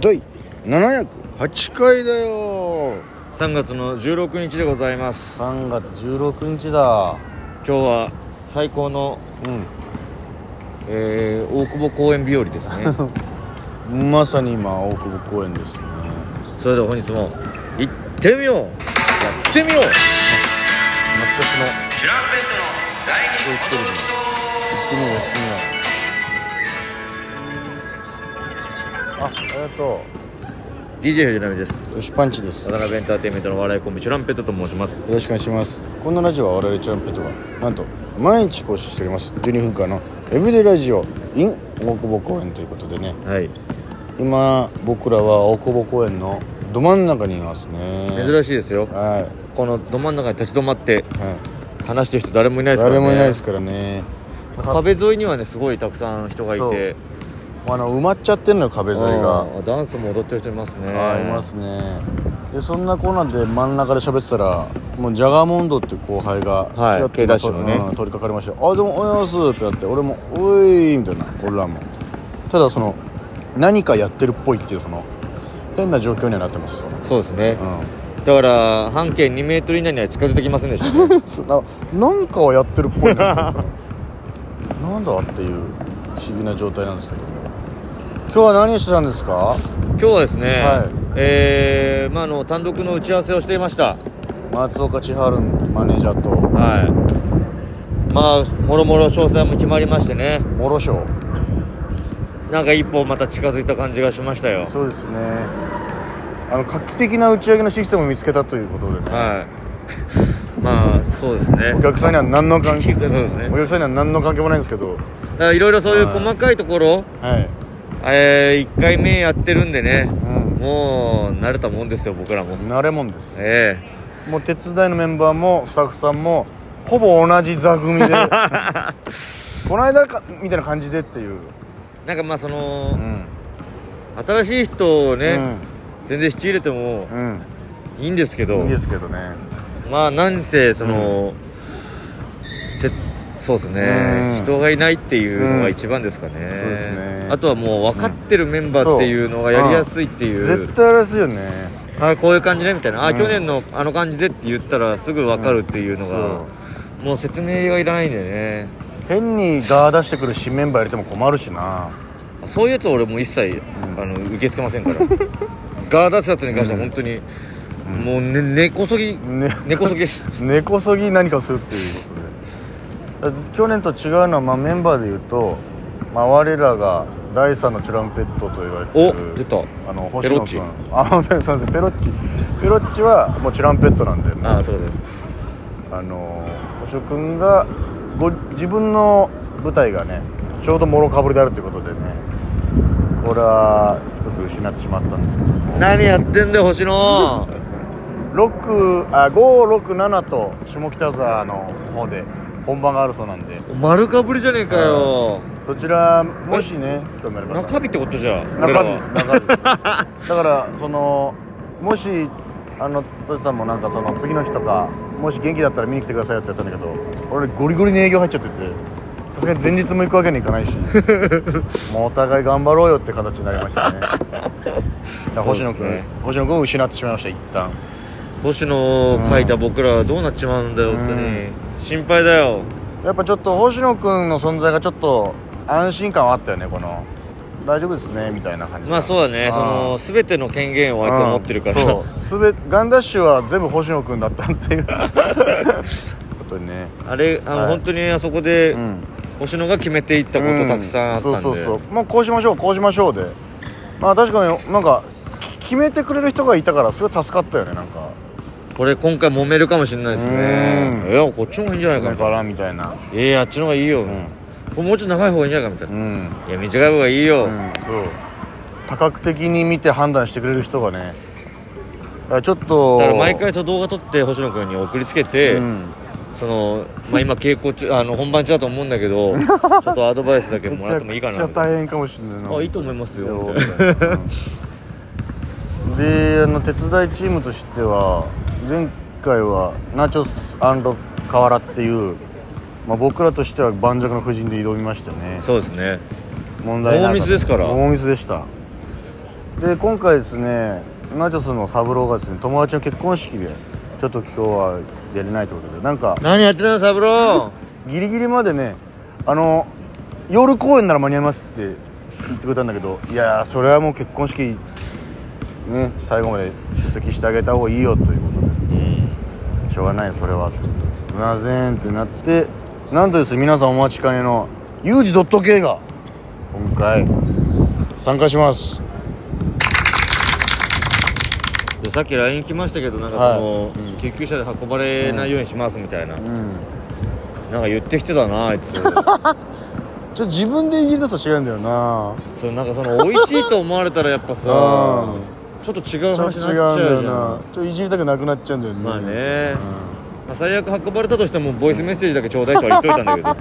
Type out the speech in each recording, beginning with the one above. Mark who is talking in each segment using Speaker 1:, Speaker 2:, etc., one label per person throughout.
Speaker 1: 第708回だよ
Speaker 2: 3月の16日でございます
Speaker 1: 3月16日だ
Speaker 2: 今日は最高の、えー大久保公園日和です ね
Speaker 1: うんまさに今大久保公園ですね
Speaker 2: それでは本日も行ってみようやってみよう懐かし
Speaker 1: 行
Speaker 2: の
Speaker 1: ってみよう行ってみようあありがと
Speaker 2: DJ 藤波です
Speaker 1: うよしパンチです
Speaker 2: 渡
Speaker 1: よ
Speaker 2: 辺エンターテインメントの笑いコンビチュランペットと申します
Speaker 1: ろしくお願いしますこのラジオは我々チャンピオンとはなんと毎日更新しております12分間のエブリデイラジオ in 大久保公園ということでね
Speaker 2: はい
Speaker 1: 今僕らは大久保公園のど真ん中にいますね
Speaker 2: 珍しいですよ
Speaker 1: は
Speaker 2: このど真ん中に立ち止まって
Speaker 1: い、はい
Speaker 2: 話してる人誰もいないですから、ね、
Speaker 1: 誰もいないですからね
Speaker 2: 壁沿いにはねすごいたくさん人がいて
Speaker 1: あの埋まっちゃってんのよ壁沿いが
Speaker 2: あーダンスも踊ってる人いますね
Speaker 1: はいいますねでそんなコーナーで真ん中で喋ってたらもうジャガーモンドっていう後輩が
Speaker 2: はい
Speaker 1: ちらっと
Speaker 2: K ダッシュのね
Speaker 1: うん取り掛かりましたよあどうもおはようございます」ってなって俺も「おい」みたいな俺らもただその何かやってるっぽいっていうその変な状況にはなってますその
Speaker 2: そうですね
Speaker 1: うん
Speaker 2: だから半径2メートル以内には近づいてきませんでしたね
Speaker 1: そななんかはやってるっぽい ななんだっていう不思議な状態なんですけど今日は何してたんですか
Speaker 2: 今日はですね、
Speaker 1: はい
Speaker 2: えーまあ、あの単独の打ち合わせをしていました
Speaker 1: 松岡千春マネージャーと
Speaker 2: はいまあもろもろ詳細も決まりましてね
Speaker 1: 諸ろ
Speaker 2: なんか一歩また近づいた感じがしましたよ
Speaker 1: そうですねあの画期的な打ち上げのシステムを見つけたということでね、
Speaker 2: はい まあそ うですね
Speaker 1: お客さんには何の関係
Speaker 2: そうですね
Speaker 1: お客さんには何の関係もないんですけど
Speaker 2: だからいろいろそういう
Speaker 1: はい
Speaker 2: 細かいところ、
Speaker 1: はい
Speaker 2: え1回目やってるんでね、
Speaker 1: うん
Speaker 2: もう慣れたもんですよ僕らも
Speaker 1: 慣れもんです
Speaker 2: え
Speaker 1: もう手伝いのメンバーもスタッフさんもほぼ同じ座組 でこの間かみたいな感じでっていう
Speaker 2: えなんかまあその、
Speaker 1: うん
Speaker 2: 新しい人をね、
Speaker 1: うん
Speaker 2: 全然引き入れても
Speaker 1: うん
Speaker 2: いいんですけ
Speaker 1: い
Speaker 2: ど
Speaker 1: いんですけどね
Speaker 2: まあなんせその、せそうですね
Speaker 1: うん
Speaker 2: 人がいないっていうの
Speaker 1: う
Speaker 2: が
Speaker 1: ん
Speaker 2: 一番ですかね,、
Speaker 1: そうですね
Speaker 2: あとはもう分かってるメンバーっていうのがやりやすいっていう,、
Speaker 1: 絶対あれですよね
Speaker 2: あこういう感じねみたいな、あ
Speaker 1: うん
Speaker 2: 去年のあの感じでって言ったらすぐ分かるっていうのが、
Speaker 1: うん
Speaker 2: もう説明がいらないんだよね
Speaker 1: 変にガー出してくる新メンバー入れても困るしな
Speaker 2: そういうやつは俺もう一切、
Speaker 1: うん
Speaker 2: あの受け付けませんから ガーダスやつに関しては本当に、もう、ね、根こそぎ
Speaker 1: ね
Speaker 2: 根こそぎです
Speaker 1: 根こそぎ何かをするっていうことでだから去年と違うのは、まあ、メンバーでいうと、まあ、我らが第3のチュランペットと言われて
Speaker 2: お
Speaker 1: る
Speaker 2: 出た
Speaker 1: あの
Speaker 2: ペ
Speaker 1: 星
Speaker 2: ロ
Speaker 1: 野
Speaker 2: ッチ
Speaker 1: 君あペロすいませんペロッチペロッチはもうチュランペットなんでもう
Speaker 2: ああそうです
Speaker 1: あの星野君がご自分の舞台がねちょうどもろかぶりであるということでねこれは一つ失ってしまったんですけども
Speaker 2: 何やってんだよ星野
Speaker 1: 6あ567と下北沢の方で本番があるそうなんで
Speaker 2: 丸かぶりじゃねえかよ
Speaker 1: そちらもしね興味ある方
Speaker 2: 中日ってことじゃん
Speaker 1: 中身です
Speaker 2: 俺らは
Speaker 1: 中身 だからそのもしあのトシさんもなんかその次の日とかもし元気だったら見に来てくださいよってやったんだけど俺ゴリゴリに営業入っちゃっててさすがに前日も行くわけにいかない しもうお互い頑張ろうよって形になりましたねだから星野
Speaker 2: そう
Speaker 1: 君、
Speaker 2: ですね
Speaker 1: 星野君を失ってしまいました一旦
Speaker 2: 星野を書いた僕らはどうなっちまうんだよ
Speaker 1: うん
Speaker 2: 本当に心配だよ
Speaker 1: やっぱちょっと星野君の存在がちょっと安心感はあったよねこの大丈夫ですねみたいな感じ
Speaker 2: まあそうだね
Speaker 1: ん
Speaker 2: その全ての権限をあいつは持ってるから
Speaker 1: うんそうすべガンダッシュは全部星野君だったっていうことにね
Speaker 2: あれあの、
Speaker 1: はい
Speaker 2: 本当にあそこで、
Speaker 1: うん
Speaker 2: 星野が決めていったことたくさんあったんで、
Speaker 1: うそうそうそうもうこうしましょうこうしましょうでまあ確かになんかき決めてくれる人がいたからすごい助かったよねなんか
Speaker 2: これ今回揉めるかもしれないです
Speaker 1: う
Speaker 2: ね
Speaker 1: ん
Speaker 2: いやこっちの方がいいんじゃないか
Speaker 1: だ
Speaker 2: みた
Speaker 1: か
Speaker 2: いな
Speaker 1: らみたいな
Speaker 2: ええあっちの方がいいよ、
Speaker 1: ん
Speaker 2: これもうちょっと長い方がいいんじゃないかみたいな
Speaker 1: う、ん、
Speaker 2: いや短い方がいいよ、
Speaker 1: うん、そう多角的に見て判断してくれる人がねだからちょっと
Speaker 2: だから毎回と動画撮って星野君に送りつけて、
Speaker 1: うん
Speaker 2: その、まあ、今稽古中あの本番中だと思うんだ けどちょっとアドバイスだけもらってもいいか
Speaker 1: めちゃ
Speaker 2: な
Speaker 1: くちゃ大変かもしれないな
Speaker 2: あいいと思いますよ
Speaker 1: みたいなうんであの手伝いチームとしては前回はナチョスカワラっていう、まあ、僕らとしては盤石の布陣で挑みましたね
Speaker 2: そうですね
Speaker 1: 問題なかった
Speaker 2: 大ミスですから
Speaker 1: 大ミスでしたで今回ですねナチョスの三郎がですね友達の結婚式でちょっと今日は出れないということでなんか
Speaker 2: 何やってんのサブロ
Speaker 1: ギリギリまでねあの夜公演なら間に合いますって言ってくれたんだけどいやーそれはもう結婚式ね最後まで出席してあげた方がいいよということ
Speaker 2: ー、うん、
Speaker 1: でしょうがないそれはって言ってなぜーんってなってなんとですね皆さんお待ちかねのユージドット系が今回参加します
Speaker 2: でさっき LINE 来ましたけどなんか
Speaker 1: はい
Speaker 2: その、
Speaker 1: うん
Speaker 2: 救急車で運ばれないようにしますみたいな、
Speaker 1: うん
Speaker 2: なんか言ってきてたなあい つ
Speaker 1: ちょっと自分でいじり出すと違うんだよな
Speaker 2: そうなんかその美味しいと思われたらやっぱさ
Speaker 1: うん
Speaker 2: ちょっと違う
Speaker 1: ちょっ
Speaker 2: 話
Speaker 1: と
Speaker 2: に
Speaker 1: 違
Speaker 2: な
Speaker 1: うんだ
Speaker 2: っちゃ
Speaker 1: よ
Speaker 2: うじゃん
Speaker 1: なちょっといじりたくなくなっちゃうんだよね
Speaker 2: まあねまあ最悪運ばれたとしてもボイスメッセージだけちょうだいとは言っといたんだけど
Speaker 1: うん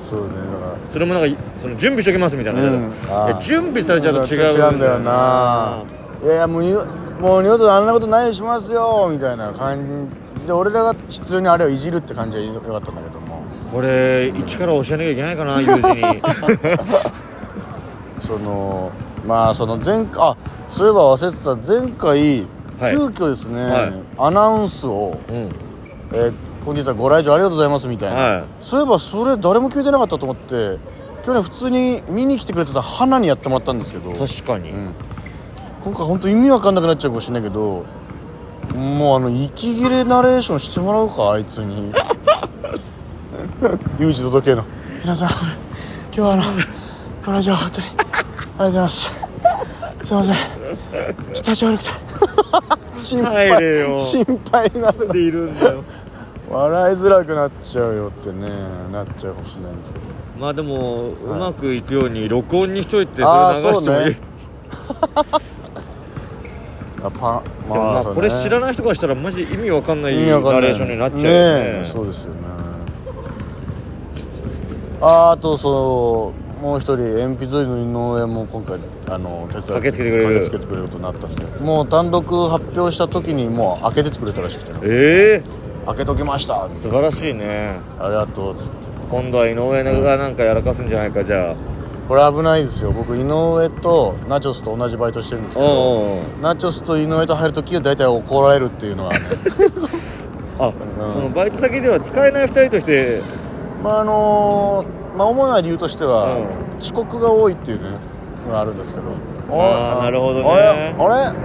Speaker 1: そうねだから
Speaker 2: それもなんかその準備しときますみたいな、
Speaker 1: うんあー
Speaker 2: え準備されちゃうと違う
Speaker 1: ちょっと違うんだよないやいやもう二度もう二度とあんなことないようにしますよみたいな感じで俺らが必要にあれをいじるって感じはよかったんだけども
Speaker 2: これ一から教えなきゃいけないか な友人に
Speaker 1: そのまあその前回あそういえば忘れてた前回
Speaker 2: はい
Speaker 1: 急遽ですね、
Speaker 2: はい
Speaker 1: アナウンスを
Speaker 2: うん
Speaker 1: 「えー本日はご来場ありがとうございます」みたいな、
Speaker 2: はい
Speaker 1: そういえばそれ誰も聞いてなかったと思って去年普通に見に来てくれてた花にやってもらったんですけど
Speaker 2: 確かに、
Speaker 1: うん、今回本当意味わかんなくなっちゃうかもしれないけどもうあの息切れナレーションしてもらおうかあいつ に有事届けの皆さん今日はあのご来場本当にありがとうございますすいませんちょっと立ち悪くて心配
Speaker 2: 帰れよ
Speaker 1: 心配になる
Speaker 2: でいるんだよ
Speaker 1: 笑いづらくなっちゃうよってねなっちゃうかもしれないんですけど
Speaker 2: まあでも、うまくいくように録音にしといて
Speaker 1: あー
Speaker 2: それ流してもい
Speaker 1: そう
Speaker 2: い、
Speaker 1: ねあパン
Speaker 2: でもまあ
Speaker 1: そうね
Speaker 2: これ知らない人からしたらマジ意味わかんない
Speaker 1: 意
Speaker 2: ナ
Speaker 1: 味わかんない
Speaker 2: レーションになっちゃうよ
Speaker 1: ね
Speaker 2: ね
Speaker 1: えそうですよねああとそうもう一人鉛筆折りの井上も今回あの手伝って
Speaker 2: 駆けつけてくれる
Speaker 1: 駆けつけてくれることになったんでもう単独発表した時にもう開けててくれたらしくてね
Speaker 2: ええ
Speaker 1: 開けときましたあ
Speaker 2: 素晴らしいね
Speaker 1: りがとうっつって
Speaker 2: 今度は井上がなんかやらかすんじゃないかじゃあ
Speaker 1: これ危ないですよ僕井上とナチョスと同じバイトしてるんですけど
Speaker 2: うんうんうん
Speaker 1: ナチョスと井上と入る時は大体怒られるっていうのはね
Speaker 2: あ、
Speaker 1: うん
Speaker 2: そのバイト先では使えない2人として
Speaker 1: まああのまあ主な理由としては、
Speaker 2: う
Speaker 1: 遅刻が多いっていうねのがあるんですけど
Speaker 2: あーなるほどね
Speaker 1: あれあれ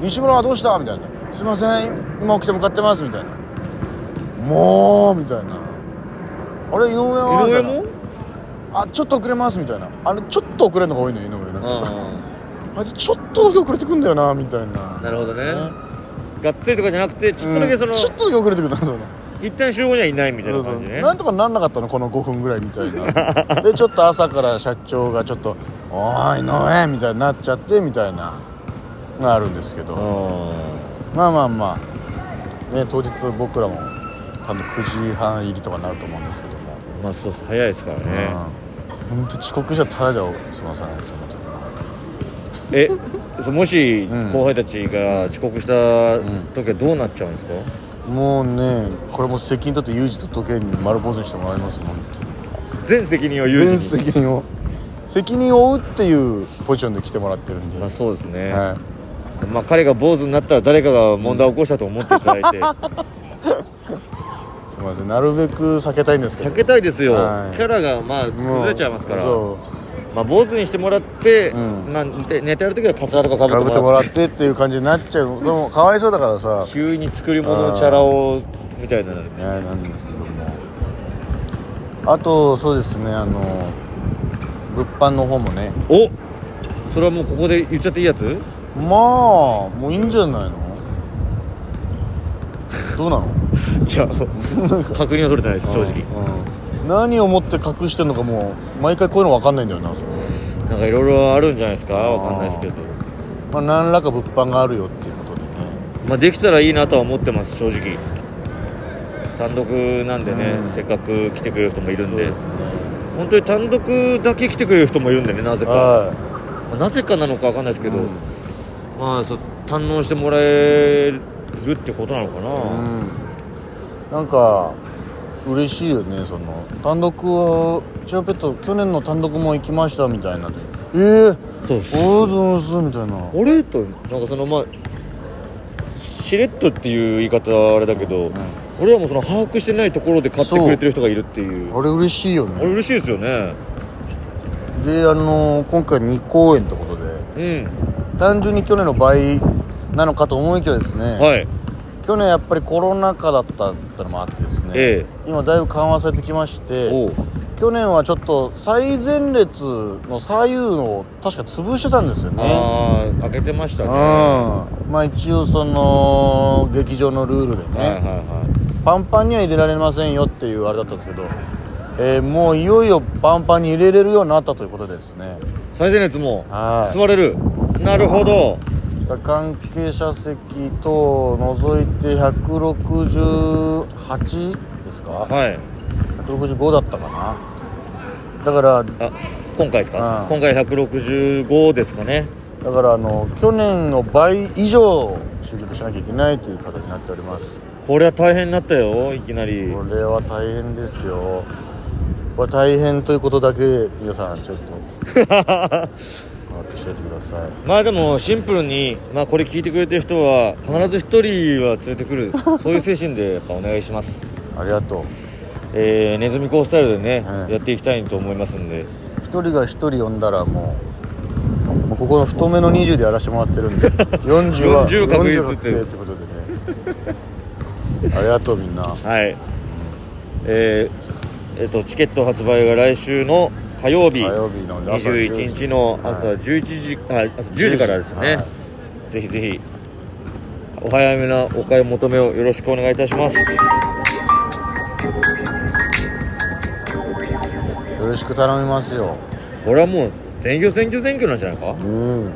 Speaker 1: 西村はどうしたみたいな「すいません今起きて向かってます」みたいな「もう」みたいな「あれ井上
Speaker 2: 井
Speaker 1: は?」みた
Speaker 2: 上
Speaker 1: いな
Speaker 2: も
Speaker 1: あちょっと遅れます」みたいなあれちょっと遅れるのが多いのよ井上なん
Speaker 2: う
Speaker 1: か
Speaker 2: ん
Speaker 1: あいつちょっとだけ遅れてくんだよなみたいな
Speaker 2: なるほどねがっつりとかじゃなくてちょっとだけその、
Speaker 1: うんちょっとだけ遅れてくるんだよな
Speaker 2: 一旦集合にはいないみたい
Speaker 1: そ
Speaker 2: な
Speaker 1: うそう
Speaker 2: 感じね
Speaker 1: なんとかなんなかったのこの5分ぐらいみたい なでちょっと朝から社長がちょっと「おーいのえ」みたいになっちゃってみたいながあるんですけど
Speaker 2: う
Speaker 1: まあまあまあね当日僕らも多分9時半入りとかになると思うんですけども、
Speaker 2: んまあそうっす早いですからね、
Speaker 1: うん本当遅刻じゃただじゃ済まさないですよ本当に
Speaker 2: えそもし
Speaker 1: うん
Speaker 2: 後輩たちが遅刻した
Speaker 1: ん
Speaker 2: 時はどうなっちゃうんですか、
Speaker 1: もうねこれもう責任取ってユージと時計に丸坊主にしてもらいますもん
Speaker 2: 全責任を有
Speaker 1: 全
Speaker 2: 事に
Speaker 1: 責任を責任を負うっていうポジションで来てもらってるんで、
Speaker 2: まあそうですね、
Speaker 1: はい
Speaker 2: まあ彼が坊主になったら誰かが問題を起こしたと思っていただい て、
Speaker 1: すみませんなるべく避けたいんですけど
Speaker 2: 避けたいですよ、
Speaker 1: はい
Speaker 2: キャラがま
Speaker 1: も
Speaker 2: あ
Speaker 1: う
Speaker 2: 崩れちゃいますから
Speaker 1: そ
Speaker 2: まあ、坊主にしてもらって、
Speaker 1: うん
Speaker 2: まあ、で寝てやる時はカツラとか
Speaker 1: う
Speaker 2: か
Speaker 1: か
Speaker 2: ぶ
Speaker 1: ぶっ
Speaker 2: っ
Speaker 1: てて
Speaker 2: も
Speaker 1: も
Speaker 2: らっ
Speaker 1: らってっていう感じになっちゃう でもかわいそうだからさ
Speaker 2: て急に作り物のチャラをみたいなのに
Speaker 1: ねなんですけどもあとそうですねあの物販の方もね
Speaker 2: おそれはもうここで言っちゃっていいやつ
Speaker 1: まあもういいんじゃないのどうなの
Speaker 2: いや確認は取れてないです正直
Speaker 1: うんうん何をもって隠してんのかもう毎回こういうの分かんないんだよなそれ
Speaker 2: なんかいろいろあるんじゃないですかわかんないですけど
Speaker 1: まあ何らか物販があるよっていうことでね
Speaker 2: まあできたらいいなとは思ってます正直単独なんでね、
Speaker 1: うん
Speaker 2: せっかく来てくれる人もいるんで
Speaker 1: ね
Speaker 2: 本当に単独だけ来てくれる人もいるんでねなぜか
Speaker 1: はい
Speaker 2: まあなぜかなのかわかんないですけど、
Speaker 1: うん
Speaker 2: まあそう堪能してもらえるってことなのかな、
Speaker 1: うん、なんか嬉しいよねその単独をチュアペット去年の単独も行きましたみたいなんでええ
Speaker 2: そうです
Speaker 1: おうぞうすみたいな
Speaker 2: あれとなんかそのまあしれっとっていう言い方はあれだけど、俺らもその把握してないところで買ってくれてる人がいるっていう
Speaker 1: あれ嬉しいよ
Speaker 2: あれ
Speaker 1: ね
Speaker 2: 嬉しいですよね
Speaker 1: であのー今回2公演ってことで
Speaker 2: うん
Speaker 1: 単純に去年の倍なのかと思いきやですね、
Speaker 2: はい
Speaker 1: 去年やっぱりコロナ禍だったってのもあってですね、
Speaker 2: え
Speaker 1: 今だいぶ緩和されてきまして
Speaker 2: おう
Speaker 1: 去年はちょっと最前列の左右の確か潰してたんですよね
Speaker 2: ああ開けてました
Speaker 1: う
Speaker 2: ね
Speaker 1: ん
Speaker 2: は
Speaker 1: まあ一応その劇場のルールでね、
Speaker 2: いはいは
Speaker 1: パンパンには入れられませんよっていうあれだったんですけど、えーもういよいよパンパンに入れれるようになったということでですね
Speaker 2: い最前列も
Speaker 1: はい
Speaker 2: 座れるなるほど
Speaker 1: 関係者席等を除いて168ですか、
Speaker 2: はい
Speaker 1: 165だったかなだから
Speaker 2: あ今回ですか、
Speaker 1: うん
Speaker 2: 今回165ですかね
Speaker 1: だからあの去年の倍以上集客しなきゃいけないという形になっております
Speaker 2: これは大変になったよいきなり
Speaker 1: これは大変ですよこれ大変ということだけ皆さんちょっと教えてください
Speaker 2: まあでもシンプルに、まあ、これ聞いてくれてる人は必ず一人は連れて くるそういう精神でやっぱお願いします
Speaker 1: ありがとう
Speaker 2: えー、ネズミ講スタイルでね、
Speaker 1: うん
Speaker 2: やっていきたいと思いますんで
Speaker 1: 一人が一人呼んだらもうもうここの太めの20でやらせてもらってるん で40は
Speaker 2: 40確実
Speaker 1: 40確定ということでねありがとうみんな
Speaker 2: はいえーえっとチケット発売が来週の火曜日
Speaker 1: 火曜日の朝10時
Speaker 2: 21日の朝
Speaker 1: はい
Speaker 2: 11時、あ朝10時からですね、
Speaker 1: は
Speaker 2: ぜひぜひお早めなお買い求めをよろしくお願いいたします
Speaker 1: よろしく頼みますよ
Speaker 2: これはもう全挙全挙全挙なんじゃないか
Speaker 1: うん